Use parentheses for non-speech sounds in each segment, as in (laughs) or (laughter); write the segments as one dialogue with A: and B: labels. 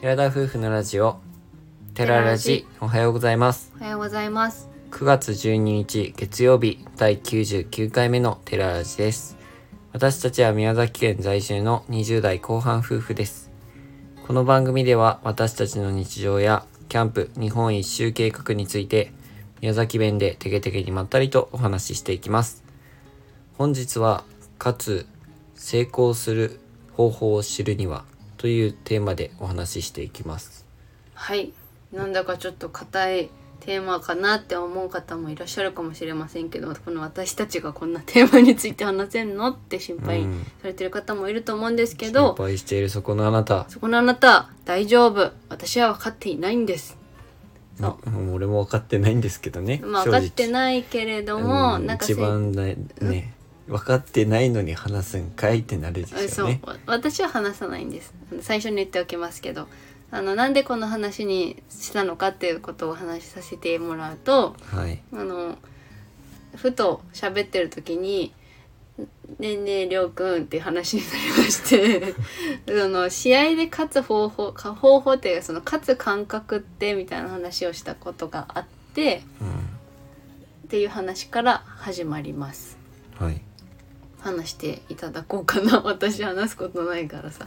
A: 寺田夫婦のラジオ寺ラジおはようございます
B: おはようございます。
A: 9月12日月曜日第99回目の寺ラジです私たちは宮崎県在住の20代後半夫婦ですこの番組では私たちの日常やキャンプ日本一周計画について宮崎弁でテケテケにまったりとお話ししていきます本日はかつ成功する方法を知るにはというテーマでお話ししていきます
B: はい。なんだかちょっと硬いテーマかなって思う方もいらっしゃるかもしれませんけど、この私たちがこんなテーマについて話せんのって心配
A: うん
B: されてる方もいると思うんですけど、
A: 心配しているそこのあなた
B: そこのあなた、大丈夫。私は分かっていないんです。そう
A: もう俺も分かってないんですけどね
B: まあ分かって
A: い
B: ないけれども、なんかせ
A: 一番だね分かってないのに話すんかいってなるです
B: そ
A: よ
B: う
A: ね
B: わ私は話さないんです最初に言っておきますけどあのなんでこの話にしたのかっていうことをお話しさせてもらうと
A: はい
B: あのふと喋ってる時に「ねえねえりょうくん」っていう話になりまして (laughs) その試合で勝つ方法か方法っていうかその勝つ感覚ってみたいな話をしたことがあって
A: うん
B: っていう話から始まります
A: はい
B: 話していただこうかな (laughs) 私話すことないからさ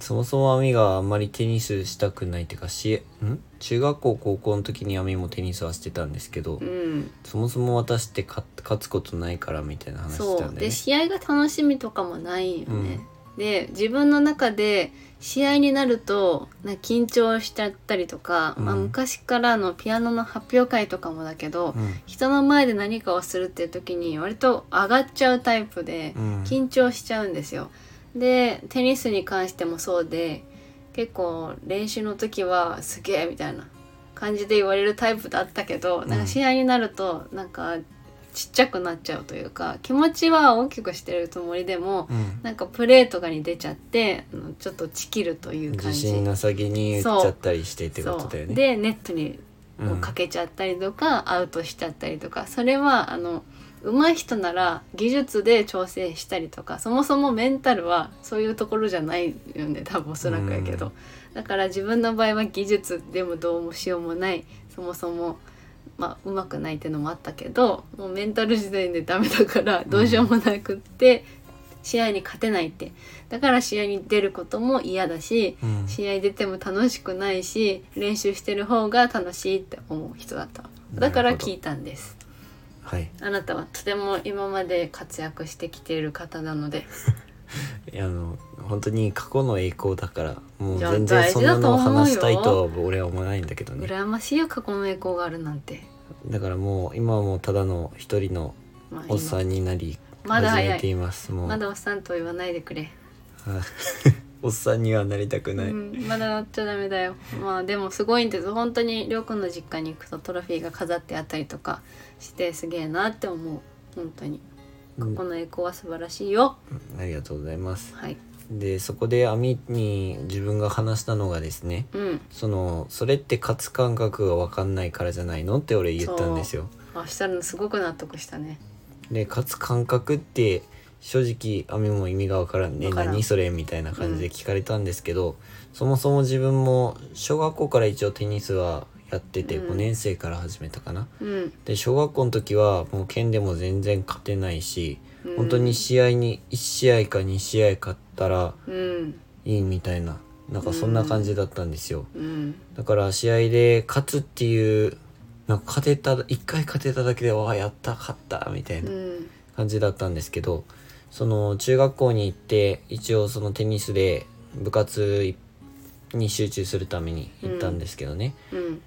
A: そもそも網があんまりテニスしたくないっていうかしん中学校高校の時に網もテニスはしてたんですけど、
B: うん
A: そもそも私って勝勝つことないからみたいな話してた
B: そ
A: ん
B: う
A: だよ
B: で
A: ね
B: 試合が楽しみとかもないよね、で自分の中で試合になるとなんか緊張しちゃったりとか、まあ、
A: うん
B: 昔からのピアノの発表会とかもだけ
A: う
B: ど、
A: ん
B: 人の前で何かをするっていう時に割と上がっちゃうタイプで
A: うん
B: 緊張しちゃうんですよ。でテニスに関してもそうで結構練習の時はすげえみたいな感じで言われるタイプだったけど、なん
A: うん
B: か試合になるとなんかちっちゃくなっちゃうというか気持ちは大きくしてるつもりでも
A: うん
B: なんかプレーとかに出ちゃってあのちょっとちきるという感
A: 自
B: じ。
A: 信なさげに打っちゃったりしてってことだよ
B: そう
A: ね
B: でネットに
A: うん
B: をかけちゃったりとか、アウトしちゃったりとかそれはあの上手い人なら技術で調整したりとかそもそもメンタルはそういうところじゃないよね多分おそらくやけど、
A: うん
B: だから自分の場合は技術でもどうもしようもないそもそも。まあ、上手くないっていうのもあったけどもうメンタル時点でダメだからどうしようもなくって、試合に勝てないってだから試合に出ることも嫌だし、
A: うん
B: 試合出ても楽しくないし練習してる方が楽しいって思う人だっただから聞いたんです
A: はい
B: あなたはとても今まで活躍してきている方なので
A: いやあの本当に過去の栄光だからもう
B: いや
A: 全然そんなのを
B: 大事だと思うよ
A: 話したいとは俺は思わないんだけどね
B: 羨ましいよ過去の栄光があるなんて、
A: だからもう今はもうただの一人の
B: まあ今
A: おっさんになり
B: まだ
A: 始
B: 早
A: めてい
B: い
A: ますもう
B: まだおっさんと言わないでくれ、
A: はい (laughs) おっさんにはなりたくない、
B: うん、まだなっちゃダメだよまあでもすごいんです本当にりょうくんの実家に行くとトロフィーが飾ってあったりとかしてすげえなって思う本当に過去の栄光は素晴らしいよ、
A: ありがとうございます
B: はい
A: でそこで網に自分が話したのがですね
B: うん
A: そのそれって勝つ感覚が分かんないからじゃないのって俺言ったんですよ
B: あしたらすごく納得したね
A: で勝つ感覚って正直網も意味がわからんね
B: わからん
A: 何それみたいな感じで聞かれたんですけど、そもそも自分も小学校から一応テニスはやってて
B: うん
A: 5年生から始めたかな、
B: うん
A: で小学校の時はもう県でも全然勝てないし、
B: うん
A: 本当に試合に1試合か2試合勝ったら
B: うん
A: いいみたいななんかそんな感じだったんですよ、
B: うん
A: だから試合で勝つっていうなんか勝てた1回勝てただけでわあやった勝ったみたいな
B: う、ん
A: 感じだったんですけどその中学校に行って一応そのテニスで部活に集中するために行ったんですけどね、
B: うん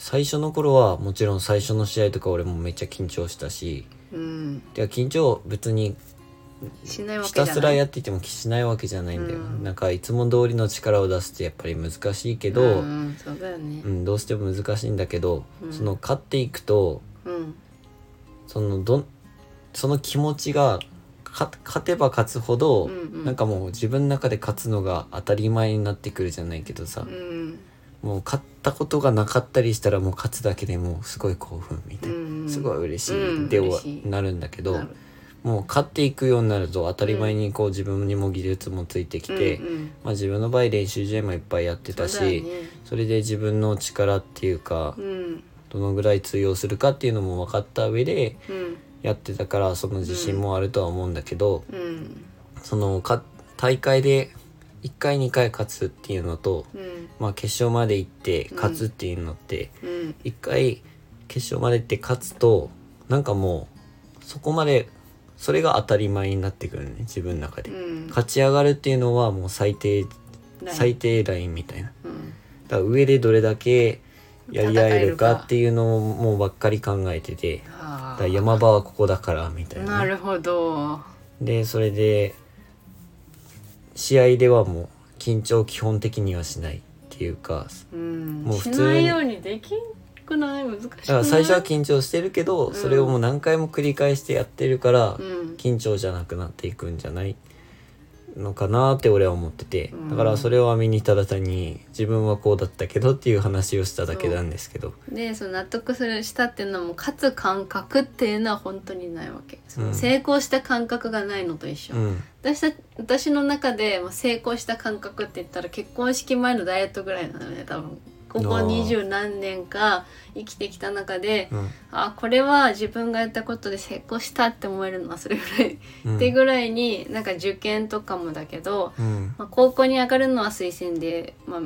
A: 最初の頃はもちろん最初の試合とか俺もめっちゃ緊張したし
B: うん
A: てか緊張別に
B: しないわけ
A: ひ
B: じゃ
A: た
B: ない
A: すらやっていてもしないわけじゃないんだよ、
B: うん
A: なんかいつも通りの力を出すってやっぱり難しいけど、
B: う
A: うんん
B: うんそうだよね
A: どうしても難しいんだけど、
B: うん
A: その勝っていくと
B: うん
A: そのどんその気持ちがか勝てば勝つほど、
B: うんうん
A: なんかもう自分の中で勝つのが当たり前になってくるじゃないけどさ
B: う、ん
A: もう勝ったことがなかったりしたらもう勝つだけでもうすごい興奮みたいな、
B: うん
A: すごい嬉し
B: う
A: い
B: ん
A: って
B: 嬉しい
A: なるんだけど、
B: なる
A: もう勝っていくようになると当たり前にこう自分にも技術もついてきて、
B: うんうん
A: まあ、自分の場合練習試合もいっぱいやってた
B: そうだよ
A: し
B: ね
A: それで自分の力っていうか
B: うん
A: どのぐらい通用するかっていうのも分かった上で
B: うん
A: やってたからその自信もあるとは思うんだけど、
B: うん
A: そのか大会で1回2回勝つっていうのと、
B: うん
A: まあ、決勝まで行って
B: うん
A: 勝つっていうのって、
B: うん
A: 1回決勝まで行って勝つとなんかもうそこまでそれが当たり前になってくるね自分の中で。
B: うん
A: 勝ち上がるっていうのはもう最低
B: ライン
A: 最低ラインみたいな。
B: うん
A: だから上でどれだけやり合えるか
B: 戦えるか
A: っていうのをもうばっかり考えててだ
B: あ
A: か
B: ー
A: ら山場はここだからみたいな
B: な
A: ね、
B: るほど
A: でそれで試合ではもう緊張基本的にはしないっていうか
B: うん
A: もう
B: し
A: 普通に
B: ないようにできんくない難しくない
A: だから最初は緊張してるけど、
B: ん
A: それをもう何回も繰り返してやってるから、
B: うん
A: 緊張じゃなくなっていくんじゃないのかなって俺は思ってて
B: うん
A: だからそれを見にただ単に自分はこうだったけどっていう話をしただけなんですけど
B: でその納得するしたっていうのも勝つ感覚っていうのは本当にないわけ、その成功した感覚がないのと一緒、
A: うん
B: 私た私の中でもう成功した感覚って言ったら結婚式前のダイエットぐらいなのね多分ここ
A: あー
B: 二十何年か生きてきた中で
A: うん
B: あこれは自分がやったことで成功したって思えるのはそれぐらい、
A: うん
B: ってぐらいになんか受験とかもだけど、
A: うん
B: まあ、高校に上がるのは推薦で、まあ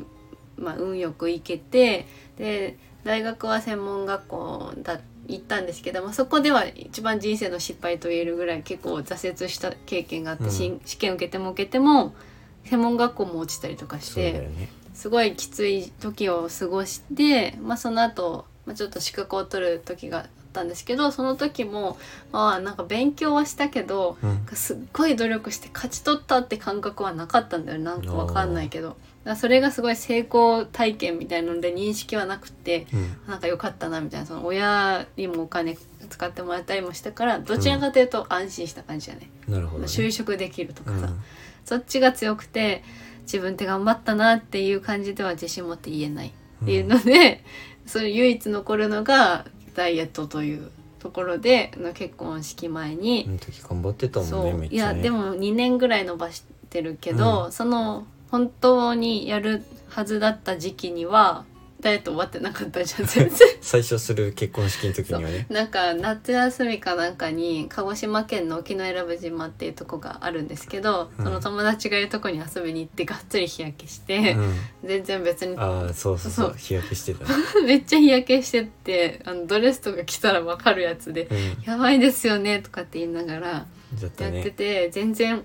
B: まあ、運よく行けてで大学は専門学校だ行ったんですけど、まあ、そこでは一番人生の失敗と言えるぐらい結構挫折した経験があって、
A: うん
B: し試験受けても受けても専門学校も落ちたりとかし
A: そうだよ
B: て
A: ね
B: すごいきつい時を過ごして、まあ、その後、まあちょっと資格を取る時があったんですけどその時もまあなんか勉強はしたけど
A: うん
B: すっごい努力して勝ち取ったって感覚はなかったんだよなんかわかんないけどだからそれがすごい成功体験みたいなので認識はなくて
A: うん
B: なんか良かったなみたいなその親にもお金使ってもらったりもしたからどちらかというと安心した感じだね、
A: なるほどね
B: 就職できると
A: う
B: かさ、
A: ん
B: そっちが強くて自分って頑張ったなっていう感じでは自信持って言えないっていうので、それ唯一残るのがダイエットというところであの結婚式前に
A: あ。の時頑張ってたもん
B: そ
A: ね
B: う
A: めっ
B: い
A: ちゃ
B: や
A: ね
B: でも2年ぐらい伸ばしてるけど、その本当にやるはずだった時期にはダイエット終わってなかった
A: (laughs)
B: じゃん全然
A: 最初する結婚式の時にはね
B: なんか夏休みかなんかに鹿児島県の沖永良部島っていうとこがあるんですけど、
A: うん
B: その友達がいるとこに遊びに行ってがっつり日焼けし
A: う
B: て、 (laughs)
A: ん
B: 全然別に
A: ああそうそうそ
B: そう
A: う日焼けしてたね
B: (laughs) めっちゃ日焼けしてってあのドレスとか着たらわかるやつで
A: うん
B: 「やばいですよね」とかって言いながら
A: だった
B: やって
A: ね
B: て全然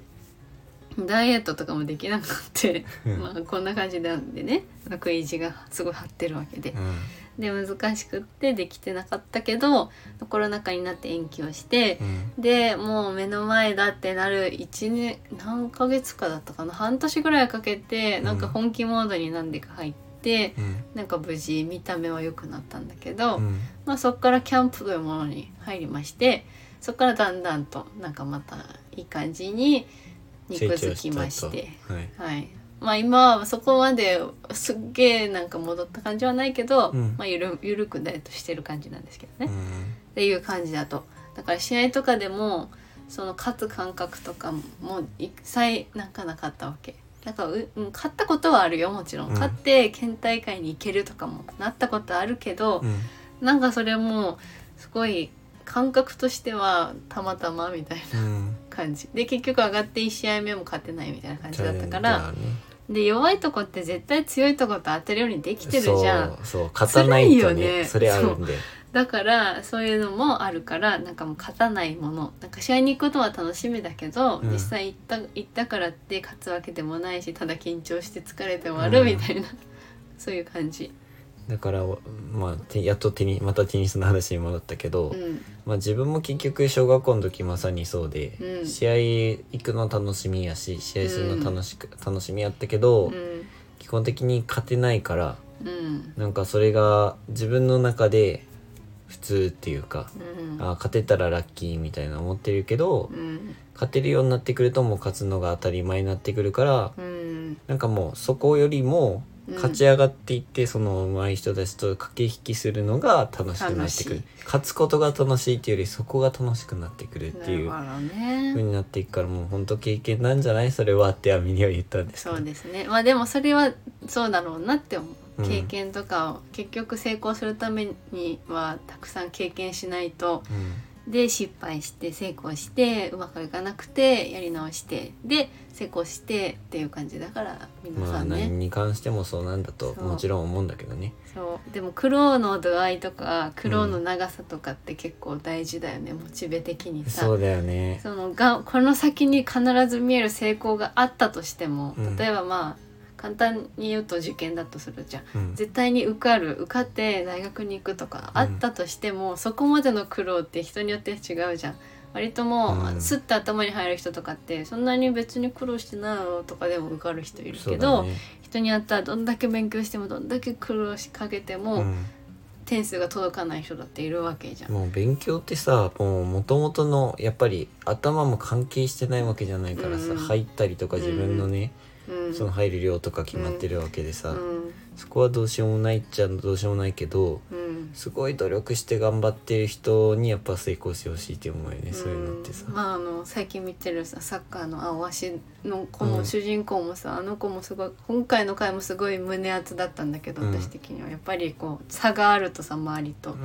B: ダイエットとかもできなくて、
A: うん
B: まあこんな感じなんでね食い意地がすごい張ってるわけで
A: うん
B: で難しくってできてなかったけどコロナ禍になって延期をして
A: う、ん
B: でもう目の前だってなる1年何ヶ月かだったかな半年ぐらいかけてなんか本気モードに何でか入って、
A: うん
B: なんか無事見た目は良くなったんだけど。
A: うん
B: まあ、そこからキャンプというものに入りましてそこからだんだんとなんかまたいい感じに肉付きまし
A: 成長
B: て
A: たとはい
B: はいまあ今はそこまですっげえなんか戻った感じはないけど、
A: うん
B: まあ、ゆるゆるくダイエットしてる感じなんですけどね、
A: う
B: っ
A: ん
B: ていう感じだとだから試合とかでもその勝つ感覚とかも一切なんかなかったわけなんかう、うん、勝ったことはあるよもちろん、
A: うん
B: 勝って県大会に行けるとかもなったことあるけど、
A: うん
B: なんかそれもすごい感覚としてはたまたまみたいな
A: うん
B: 感じで結局上がって1試合目も勝てないみたいな感じだったか
A: じゃあ
B: ら
A: ね
B: で弱いとこって絶対強いとこと当てるようにできてるじゃん
A: そうそう勝たないと
B: 辛いよ
A: ね
B: ね
A: それあるんで
B: だからそういうのもあるからなんかもう勝たないものなんか試合に行くことは楽しみだけど、
A: うん
B: 実際行った行ったからって勝つわけでもないしただ緊張して疲れて終わるみたいな、そういう感じ。
A: だからまあてやっとテニまたテニスの話に戻ったけど、
B: うん
A: まあ、自分も結局小学校の時まさにそうで、
B: うん
A: 試合行くの楽しみやし試合するの楽しく、楽しみやったけど、
B: うん
A: 基本的に勝てないから
B: うん
A: なんかそれが自分の中で普通っていうか、
B: うん
A: あ勝てたらラッキーみたいな思ってるけど、
B: うん
A: 勝てるようになってくるともう勝つのが当たり前になってくるから
B: うん
A: なんかもうそこよりも
B: うん
A: 勝ち上がっていってその上手い人たちと駆け引きするのが楽しくなってく
B: 楽しい
A: る勝つことが楽しいっていうよりそこが楽しくなってくるっていう
B: なるほど
A: 風
B: ね
A: になっていくからもう本当経験なんじゃないそれはってアミには言ったんですけ
B: そ
A: ど
B: うですねまあでもそれはそうだろうなって思う、
A: うん
B: 経験とかを結局成功するためにはたくさん経験しないと
A: うん
B: で失敗して成功してうまくいかなくてやり直してで成功してっていう感じだから皆
A: ま
B: さ
A: あ
B: んね、
A: 何に関してもそうなんだと
B: そう
A: もちろん思うんだけどね
B: そうでも苦労の度合いとか苦労の長さとかって結構大事だよね、モチベ的にさ
A: そうだよね
B: そのがこの先に必ず見える成功があったとしても、
A: うん
B: 例えばまあ簡単に言うと受験だとするじゃん
A: うん
B: 絶対に受かる受かって大学に行くとか
A: うん
B: あったとしても、そこまでの苦労って人によって違うじゃん割ともう、
A: うん
B: すって頭に入る人とかってそんなに別に苦労してないのとかでも受かる人いる
A: そ
B: け
A: うだ
B: ど、
A: ね
B: 人によってはどんだけ勉強してもどんだけ苦労しかけても、
A: うん
B: 点数が届かない人だっているわけじゃん。
A: もう勉強ってさもう元々のやっぱり頭も関係してないわけじゃないからさ、
B: うん
A: 入ったりとか自分のね、
B: うん
A: その入る量とか決まってるわけでさ、
B: うん
A: そこはどうしようもないっちゃどうしようもないけど
B: うん
A: すごい努力して頑張ってる人にやっぱ成功してほしいって思うよね、そういうのってさ、
B: うんまああの最近見てるさサッカーの青足の子も、
A: うん
B: 主人公もさあの子もすごい今回の回もすごい胸熱だったんだけど、
A: うん
B: 私的にはやっぱりこう差があるとさ周りと、
A: うん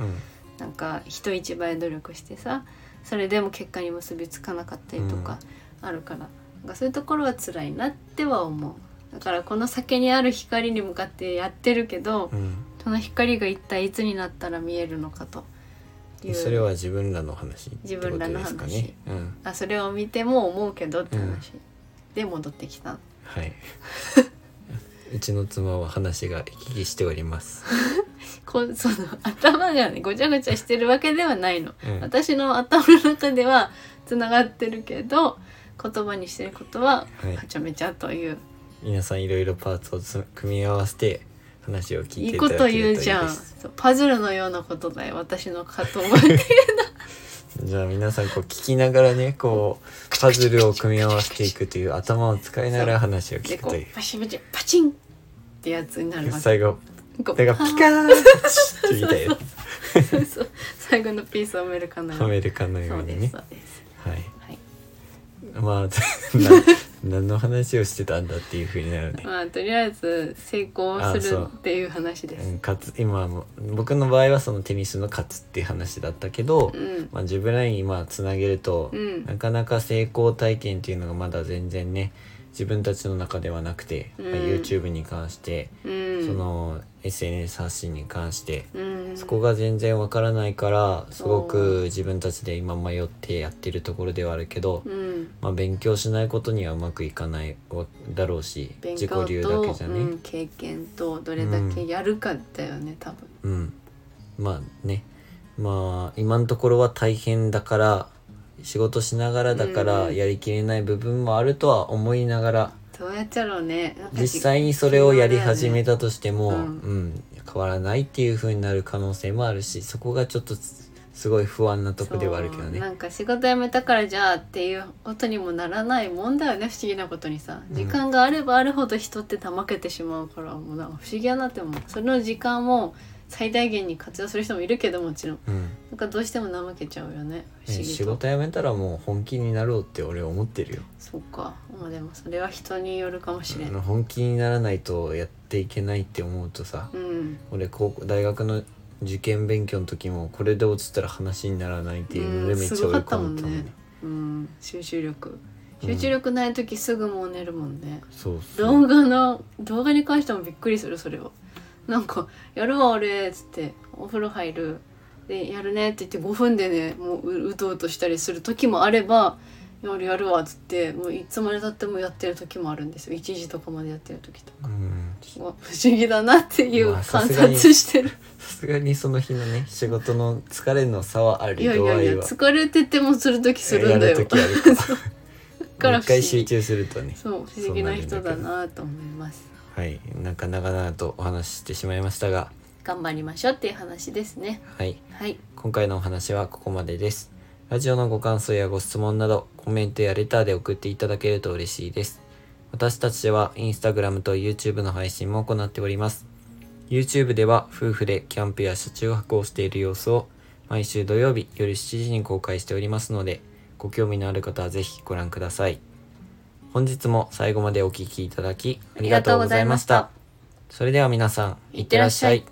B: なんか人一倍努力してさそれでも結果に結びつかなかったりとかあるから、なんかそういうところは辛いなっては思う。だからこの先にある光に向かってやってるけど、
A: うん
B: その光が一体いつになったら見えるのかという
A: それは自分らの話ってことですか
B: 自
A: ね。うん、
B: あそれを見ても思うけどって話、で戻ってきた
A: はい。 (laughs) うちの妻は話が行き来しております。
B: こ (laughs) その頭がねごちゃごちゃしてるわけではないの、
A: うん
B: 私の頭の中ではつながってるけど言葉にしてることは
A: はい
B: はちゃめちゃという、
A: 皆さんいろいろパーツをつ組み合わせて話を聞
B: い
A: い
B: い
A: てい
B: こ
A: ただけると
B: と
A: い
B: 言
A: いうで
B: じゃん
A: す。
B: そうパズルのようなことだよ私のかと思って
A: じゃあ皆さんこう聞きながらね、こうパズルを組み合わせていくという頭を使いながら話を
B: で
A: 聞く (laughs)
B: こと
A: いう
B: う。パシパチパチンってやつになるわけ
A: 最後、
B: こう
A: 手がピカーンってみたいな
B: そう (laughs) そう最後のピースを埋めるかのよう
A: は
B: に
A: めるかのよ
B: そうう
A: に
B: です
A: ね
B: そ。うです
A: はい。
B: はい
A: まあ (laughs) な何の話をしてたんだっていうふうになるね。
B: まあとりあえず成功
A: あ
B: す
A: そ
B: る
A: う
B: っていう話で
A: う
B: す。
A: ん勝つ今はもう僕の場合はそのテニスの勝つっていう話だったけど、
B: うん、
A: まあ、自分らにまあつなげると、
B: うん
A: なかなか成功体験っていうのがまだ全然ね自分たちの中ではなくて、
B: う
A: ま
B: ん
A: あ YouTube に関して、
B: うん、
A: その SNS 発信に関して、
B: うん、
A: そこが全然わからないからすご
B: お
A: く自分たちで今迷ってやってるところではあるけど、
B: うん、
A: まあ、勉強しないことにはうまくいかないわだろうし
B: 勉
A: 自
B: 強
A: 己
B: と
A: 流だけじゃね、
B: うん、経験とどれだけやるかだよね、多分。
A: うんまあねまあ今のところは大変だから仕事しながらだか
B: う
A: ら
B: ん
A: やりきれない部分もあるとは思いながら
B: どうやっちゃろうね。なんか
A: 実際にそれをやり始め
B: た。
A: たとしても、
B: う
A: うんん変わらないっていう風になる可能性もあるしそこがちょっとつすごい不安なとこではあるけど
B: そうな
A: ね
B: んか仕事辞めたからじゃあっていうことにもならないもんだよね不思議なことにさ
A: うん
B: 時間があればあるほど人ってたまけてしまうからもうなんか不思議やなって思うその時間を最大限に活用する人もいるけどもちろん
A: うん、
B: なんかどうしても怠けちゃうよね不思
A: ね
B: 議と
A: 仕事辞めたらもう本気になろうって俺思ってるよ
B: そうかまあでもそれは人によるかもしれ
A: あ
B: ん
A: の本気にならないとやっていけないって思うとさ、
B: うん
A: 俺高校大学の受験勉強の時もこれで落ちたら話にならないっていうので
B: うん
A: めっちゃ
B: すご
A: 追
B: か
A: い
B: ったも
A: 込ん
B: んね
A: だもんね,、
B: うん集中力
A: うん
B: 集中力ない時すぐもう寝るもんね、
A: そうそう
B: 動画の動画に関してもびっくりするそれはなんか「やるわ俺」っつって「お風呂入る」で「やるね」って言って5分でねもうううとうとしたりする時もあれば「やるやるわ」っつってもういつまでたってもやってる時もあるんですよ1時とかまでやってる時とか。
A: うん
B: うわ不思議だなっていう
A: まあ
B: 観
A: さすがに
B: 察してる、
A: さすがにその日のね仕事の疲れの差はある
B: いやいやいや
A: 度合
B: 疲れててもする時するんだ
A: や
B: よ
A: る時あるから
B: (laughs) か
A: も
B: ら
A: う一
B: 不思
A: 回集
B: 議
A: 中するとね
B: そう不思議な人だなと思います
A: はいなんか長々とお話ししてしまいましたが
B: 頑張りましょうっていう話ですね
A: はい
B: はい
A: 今回のお話はここまでです。ラジオのご感想やご質問など、コメントやレターで送っていただけると嬉しいです。私たちではインスタグラムと YouTube の配信も行っております。YouTube では夫婦でキャンプや車中泊をしている様子を毎週土曜日夜7時に公開しておりますので、ご興味のある方はぜひご覧ください。本日も最後までお聴きいただきありがとうございました。それでは皆さん、いってらっしゃい。